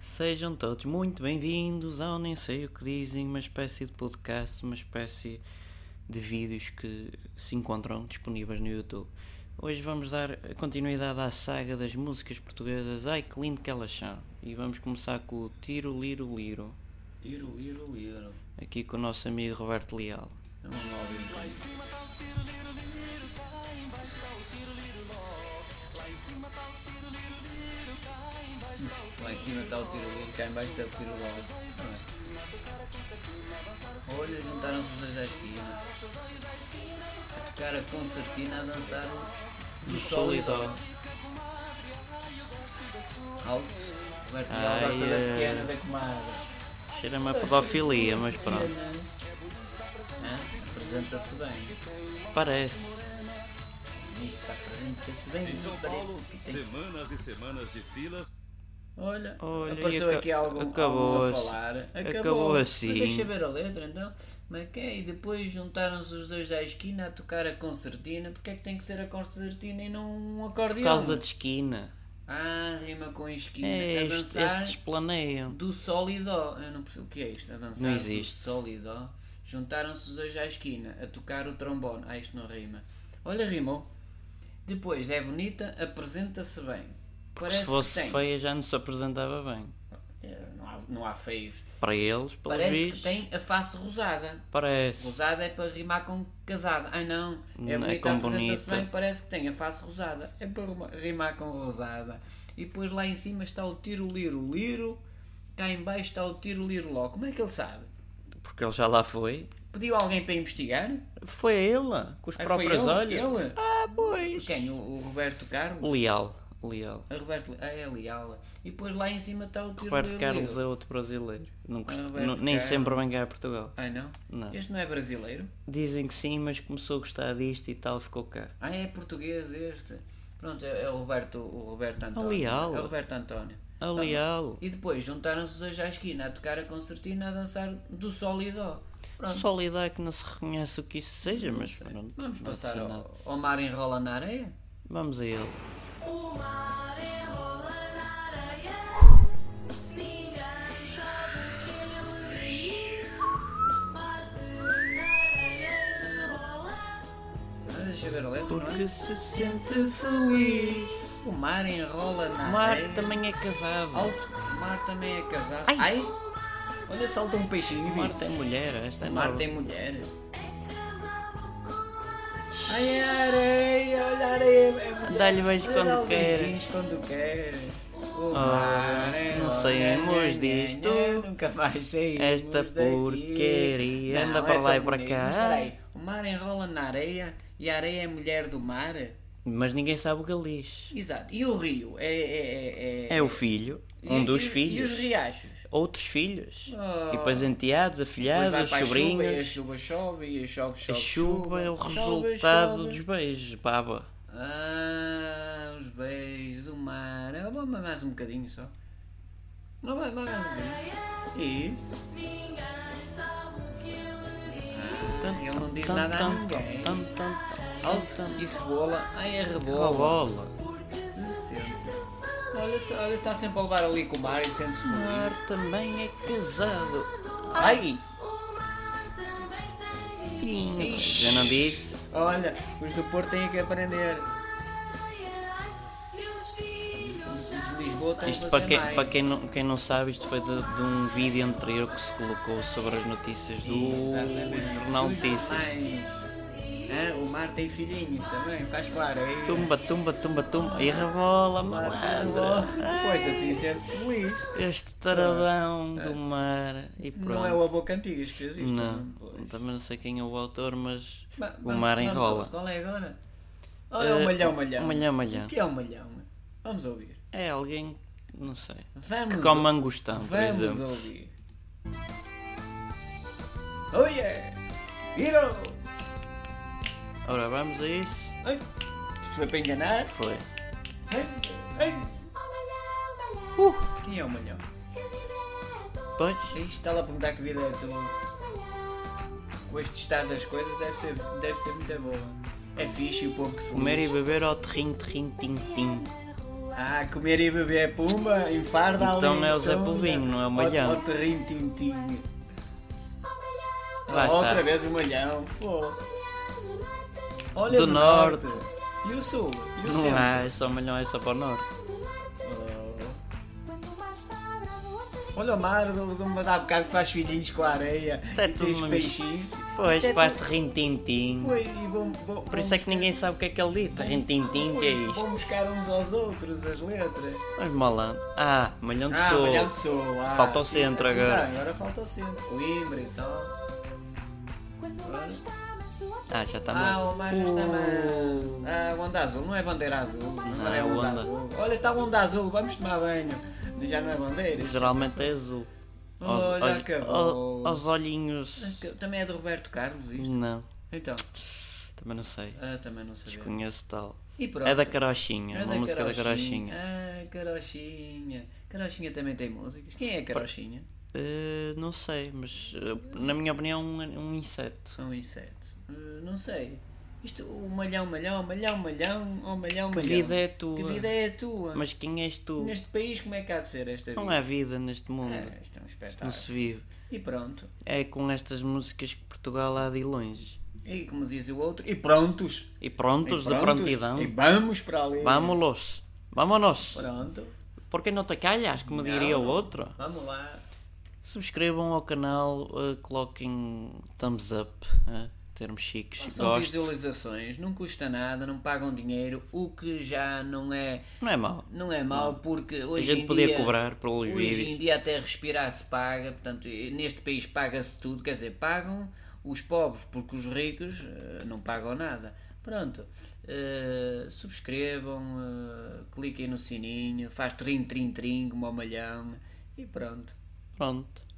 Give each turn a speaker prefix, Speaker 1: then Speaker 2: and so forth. Speaker 1: Sejam todos muito bem-vindos ao Nem Sei O Que Dizem, uma espécie de podcast, uma espécie de vídeos que se encontram disponíveis no YouTube. Hoje vamos dar continuidade à saga das músicas portuguesas. Ai que lindo que elas são! E vamos começar com o Tiro Liro Liro,
Speaker 2: Tiro, liro, liro.
Speaker 1: aqui com o nosso amigo Roberto Leal.
Speaker 2: É uma nova incrível. Lá em cima está o tiro liro, cá em baixo está o tiro logo. Olha, juntaram-se os dois à esquina. A tocar a concertina a dançar o do sol e dó. Alto. Roberto Leal
Speaker 1: Ai,
Speaker 2: gosta da
Speaker 1: eh,
Speaker 2: pequena da comadre.
Speaker 1: Cheira-me a pedofilia, mas pronto,
Speaker 2: Hã? Apresenta-se bem.
Speaker 1: parece.
Speaker 2: Apresenta-se bem.
Speaker 3: Em São Paulo,
Speaker 2: parece que tem-
Speaker 3: semanas e semanas de filas.
Speaker 2: Olha,
Speaker 1: Olha,
Speaker 2: apareceu
Speaker 1: e aca-
Speaker 2: aqui algo,
Speaker 1: acabou
Speaker 2: algo a
Speaker 1: assim.
Speaker 2: falar.
Speaker 1: Acabou
Speaker 2: Mas
Speaker 1: assim.
Speaker 2: Deixa ver a letra então. Mas que é? E depois juntaram-se os dois à esquina a tocar a concertina. Porque é que tem que ser a concertina e não um
Speaker 1: Por
Speaker 2: acordeão?
Speaker 1: causa de esquina.
Speaker 2: Ah, rima com esquina.
Speaker 1: É,
Speaker 2: a
Speaker 1: estes,
Speaker 2: dançar
Speaker 1: estes planeiam.
Speaker 2: do sol e dó. Eu não percebo o que é isto. A dançar
Speaker 1: Não existe.
Speaker 2: do sol e dó. Juntaram-se os dois à esquina a tocar o trombone. Ah, isto não rima. Olha, rimou. Depois é bonita, apresenta-se bem.
Speaker 1: Porque se
Speaker 2: que
Speaker 1: fosse
Speaker 2: tem.
Speaker 1: feia já não se apresentava bem.
Speaker 2: É, não, há, não há feios.
Speaker 1: Para eles, pelo
Speaker 2: Parece
Speaker 1: visto,
Speaker 2: que tem a face rosada.
Speaker 1: parece.
Speaker 2: Rosada é para rimar com casada. Ai não, é
Speaker 1: É
Speaker 2: bonita,
Speaker 1: com
Speaker 2: apresenta-se
Speaker 1: bonita.
Speaker 2: bem, parece que tem a face rosada. É para rima- rimar com rosada. E depois lá em cima está o tiro-liro-liro. Cá em baixo está o tiro-liro-ló. Como é que ele sabe?
Speaker 1: Porque ele já lá foi.
Speaker 2: Pediu alguém para investigar?
Speaker 1: Foi ela, com os
Speaker 2: Ah, foi
Speaker 1: próprios
Speaker 2: ele?
Speaker 1: olhos.
Speaker 2: Ele?
Speaker 1: Ah, pois.
Speaker 2: Quem? O, o Roberto Carlos?
Speaker 1: Leal, Leal.
Speaker 2: A Roberto, é a Eliala. E depois lá em cima está o
Speaker 1: Roberto Carlos
Speaker 2: tiro-liro-liro.
Speaker 1: é outro brasileiro. Não gost-
Speaker 2: Ah, Roberto
Speaker 1: não- nem
Speaker 2: Carlos.
Speaker 1: sempre vem cá a Portugal.
Speaker 2: Ai não?
Speaker 1: Não.
Speaker 2: Este não é brasileiro?
Speaker 1: Dizem que sim, mas começou a gostar disto e tal, ficou cá.
Speaker 2: Ah, é português este. Pronto, é é o Roberto, o Roberto António.
Speaker 1: Leal.
Speaker 2: É o Roberto António.
Speaker 1: A Leal.
Speaker 2: Tá E depois juntaram-se os dois à esquina a tocar a concertina a dançar do sol e dó. Pronto.
Speaker 1: Só lidar que não se reconhece o que isso seja, mas pronto.
Speaker 2: Vamos
Speaker 1: não
Speaker 2: passar
Speaker 1: sei
Speaker 2: ao,
Speaker 1: nada.
Speaker 2: ao mar enrola na areia?
Speaker 1: Vamos a ele.
Speaker 4: O mar enrola na areia, ninguém sabe o que ele diz. Bate na areia e rebola.
Speaker 2: Ah, deixa eu ver a letra, não
Speaker 1: Porque
Speaker 2: é?
Speaker 1: se sente feliz.
Speaker 2: O mar enrola na
Speaker 1: Mar
Speaker 2: areia.
Speaker 1: também é casado.
Speaker 2: Alto, o mar também é casado. Ai! Olha, salta um peixinho,
Speaker 1: Mar
Speaker 2: viste?
Speaker 1: tem mulher, esta é
Speaker 2: O mar
Speaker 1: nova.
Speaker 2: tem mulher.
Speaker 4: É casado com
Speaker 2: Ai, a areia, olha a areia. É mulher.
Speaker 1: Dá-lhe beijo
Speaker 2: Olha,
Speaker 1: quando
Speaker 2: dá-lhe
Speaker 1: quer.
Speaker 2: beijinhos quando quer. O
Speaker 1: Ah,
Speaker 2: mar é
Speaker 1: não
Speaker 2: enrola
Speaker 1: saímos
Speaker 2: na
Speaker 1: disto.
Speaker 2: areia, né, Nunca mais saímos
Speaker 1: Esta
Speaker 2: daqui.
Speaker 1: porcaria.
Speaker 2: Não,
Speaker 1: Anda para
Speaker 2: é
Speaker 1: lá e
Speaker 2: tão
Speaker 1: para
Speaker 2: bonito.
Speaker 1: cá.
Speaker 2: Mas espera aí, o mar enrola na areia e a areia é mulher do mar?
Speaker 1: Mas ninguém sabe o que ele diz.
Speaker 2: Exato. E o rio? É, é, é,
Speaker 1: É o filho,
Speaker 2: e-
Speaker 1: um dos
Speaker 2: e-
Speaker 1: filhos,
Speaker 2: E os riachos?
Speaker 1: outros filhos,
Speaker 2: Oh.
Speaker 1: e depois enteados,
Speaker 2: Depois vai
Speaker 1: afilhados,
Speaker 2: para a chuva e a
Speaker 1: sobrinhos.
Speaker 2: chuva chove e a chove
Speaker 1: A
Speaker 2: chove
Speaker 1: chuva é o
Speaker 2: Chove,
Speaker 1: resultado
Speaker 2: chove.
Speaker 1: dos beijos, baba.
Speaker 2: Ah, os beijos, o mar. Ah, Vamos mais um bocadinho só. Não vai, vai mais um bocadinho. Isso.
Speaker 4: ninguém sabe o que ele diz.
Speaker 2: Ah, Ele não diz nada a ninguém. Alto e cebola. Ai, é rebola.
Speaker 1: bola.
Speaker 4: Porque se sente feliz.
Speaker 2: Olha, se- olha, está sempre a levar ali com o mar e sente-se
Speaker 1: O
Speaker 2: bonito.
Speaker 1: mar também é casado.
Speaker 2: Ai!
Speaker 4: O mar também tem
Speaker 1: Filhinho.
Speaker 2: Ixi.
Speaker 1: Já não disse?
Speaker 2: Olha, os do Porto têm que aprender.
Speaker 4: areia e os filhos
Speaker 2: Os de
Speaker 4: já
Speaker 2: Lisboa têm
Speaker 1: Isto
Speaker 2: que
Speaker 1: para, quem,
Speaker 2: fazer
Speaker 1: para
Speaker 2: mais.
Speaker 1: quem, não, quem não sabe, isto foi de, de um vídeo anterior que se colocou sobre as notícias do
Speaker 2: Exatamente.
Speaker 1: Jornal
Speaker 2: Os
Speaker 1: Notícias.
Speaker 2: mais. Ah, o mar tem filhinhos também, faz com a areia.
Speaker 1: Tumba, tumba, tumba, tumba. E rebola,
Speaker 2: Malandro.
Speaker 1: malandro.
Speaker 2: Pois assim sente-se feliz.
Speaker 1: Este taradão do mar. E pronto.
Speaker 2: Não é o Avô Cantigas que né? fez isto.
Speaker 1: Não,
Speaker 2: Pois.
Speaker 1: também não sei quem é o autor, mas
Speaker 2: Ba-
Speaker 1: o
Speaker 2: ba-
Speaker 1: mar
Speaker 2: vamos
Speaker 1: enrola.
Speaker 2: ouvir. Qual é agora? Oh, é o
Speaker 1: Eh,
Speaker 2: malhão, malhão.
Speaker 1: o malhão, malhão.
Speaker 2: O que é o malhão? Vamos ouvir.
Speaker 1: É alguém, não sei,
Speaker 2: Vamos
Speaker 1: que come
Speaker 2: ou-
Speaker 1: angostão, por
Speaker 2: Vamos
Speaker 1: exemplo.
Speaker 2: ouvir. Oh yeah! Virou!
Speaker 1: Ora, vamos a isso?
Speaker 2: Ai, Foi para enganar?
Speaker 1: Foi.
Speaker 2: Ai, ai.
Speaker 1: Uh,
Speaker 2: Quem é o malhão?
Speaker 1: pois,
Speaker 2: Aí está lá a perguntar que vida é tu. Com este estado das coisas deve ser, deve ser muito boa. É fixe e o povo que se
Speaker 1: comer e
Speaker 2: lixe.
Speaker 4: é
Speaker 1: beber ao terrinho, terrinho, tim, tim.
Speaker 2: Ah, comer e beber pumba, enfarda
Speaker 1: Então
Speaker 2: ali, né?
Speaker 1: é o Zé
Speaker 2: pumba.
Speaker 1: Povinho, não é o
Speaker 2: Ó-
Speaker 1: Malhão.
Speaker 2: ó terrinho, tintinho.
Speaker 1: Lá
Speaker 2: Ah,
Speaker 1: está.
Speaker 2: Outra vez o malhão. Pô. Olha
Speaker 1: Do
Speaker 2: do
Speaker 1: norte.
Speaker 2: norte. E o sul? E o
Speaker 1: Não
Speaker 2: centro?
Speaker 1: há, é só malhão, é só para o norte.
Speaker 2: Oh. Olha o mar do, do mandar bocado que faz filhinhos com a areia.
Speaker 1: é
Speaker 2: e
Speaker 1: tudo
Speaker 2: tem os
Speaker 1: uma
Speaker 2: peixinhos.
Speaker 1: Pois,
Speaker 2: Isto é
Speaker 1: faz
Speaker 2: tudo-
Speaker 1: terrintintim.
Speaker 2: Ui, e vão- vão-
Speaker 1: Por isso é que ninguém sabe o que é que ele diz. Terrintintim, que é
Speaker 2: Ui,
Speaker 1: isto?
Speaker 2: Vão buscar uns aos outros as letras.
Speaker 1: Mas malandro. Ah, malhão de
Speaker 2: Ah, Malhão de
Speaker 1: sul.
Speaker 2: Sul. Ah,
Speaker 1: Falta o
Speaker 2: sim,
Speaker 1: centro
Speaker 2: sim,
Speaker 1: agora.
Speaker 2: tá, agora falta o centro. Coimbra e tal.
Speaker 1: Ah, já está
Speaker 2: Ah,
Speaker 1: mal.
Speaker 2: o mar já está mais. Ah, o onda azul. Não é bandeira azul. Não,
Speaker 1: Hum. Não,
Speaker 2: é
Speaker 1: é o
Speaker 2: onda
Speaker 1: onda.
Speaker 2: azul. Olha, está o onda azul. Vamos tomar banho. Já não é bandeira.
Speaker 1: Geralmente é azul. Aos-
Speaker 2: Olha,
Speaker 1: aos-
Speaker 2: acabou.
Speaker 1: ao- Aos olhinhos.
Speaker 2: Também é de Roberto Carlos isto.
Speaker 1: Não,
Speaker 2: Então,
Speaker 1: também não sei.
Speaker 2: ah, também não sabia.
Speaker 1: Desconheço tal.
Speaker 2: E pronto.
Speaker 1: É da Carochinha,
Speaker 2: É
Speaker 1: uma música da Carochinha.
Speaker 2: Ah, Carochinha. Carochinha também tem músicas. Quem é a Carochinha? é.
Speaker 1: Eh, não sei, mas eh, na minha opinião é um, um inseto.
Speaker 2: Um inseto. Ah, não sei. Isto, o malhão, malhão, malhão, malhão, oh, malhão,
Speaker 1: Que
Speaker 2: malhão.
Speaker 1: vida é tua?
Speaker 2: Que vida é a tua?
Speaker 1: Mas quem és tu?
Speaker 2: Neste país, como é que há de ser esta vida?
Speaker 1: Não há vida neste mundo.
Speaker 2: É, isto é um
Speaker 1: Não
Speaker 2: espetáculo.
Speaker 1: se vive.
Speaker 2: E pronto.
Speaker 1: É com estas músicas que Portugal há de ir longe.
Speaker 2: E como diz o outro, e prontos.
Speaker 1: E prontos,
Speaker 2: E
Speaker 1: de prontidão.
Speaker 2: E vamos para ali.
Speaker 1: Vámonos. Vámonos.
Speaker 2: Pronto.
Speaker 1: Porque não te calhas, como diria o
Speaker 2: Não.
Speaker 1: outro.
Speaker 2: Vamos lá.
Speaker 1: Subscrevam ao canal, eh, coloquem thumbs up, eh, termos chiques.
Speaker 2: São
Speaker 1: Gosto.
Speaker 2: visualizações, não custa nada, não pagam dinheiro, o que já não é,
Speaker 1: Não é mau.
Speaker 2: não é mau, porque
Speaker 1: A
Speaker 2: hoje
Speaker 1: gente
Speaker 2: em
Speaker 1: podia
Speaker 2: dia,
Speaker 1: cobrar pelo
Speaker 2: Hoje em
Speaker 1: vídeo.
Speaker 2: dia até respirar se paga, portanto, e- neste país paga-se tudo, quer dizer, pagam os pobres, porque os ricos eh, não pagam nada. Pronto, eh, subscrevam, eh, cliquem no sininho, faz trim, trim, trim, como ao malhão, e pronto.
Speaker 1: Pronto.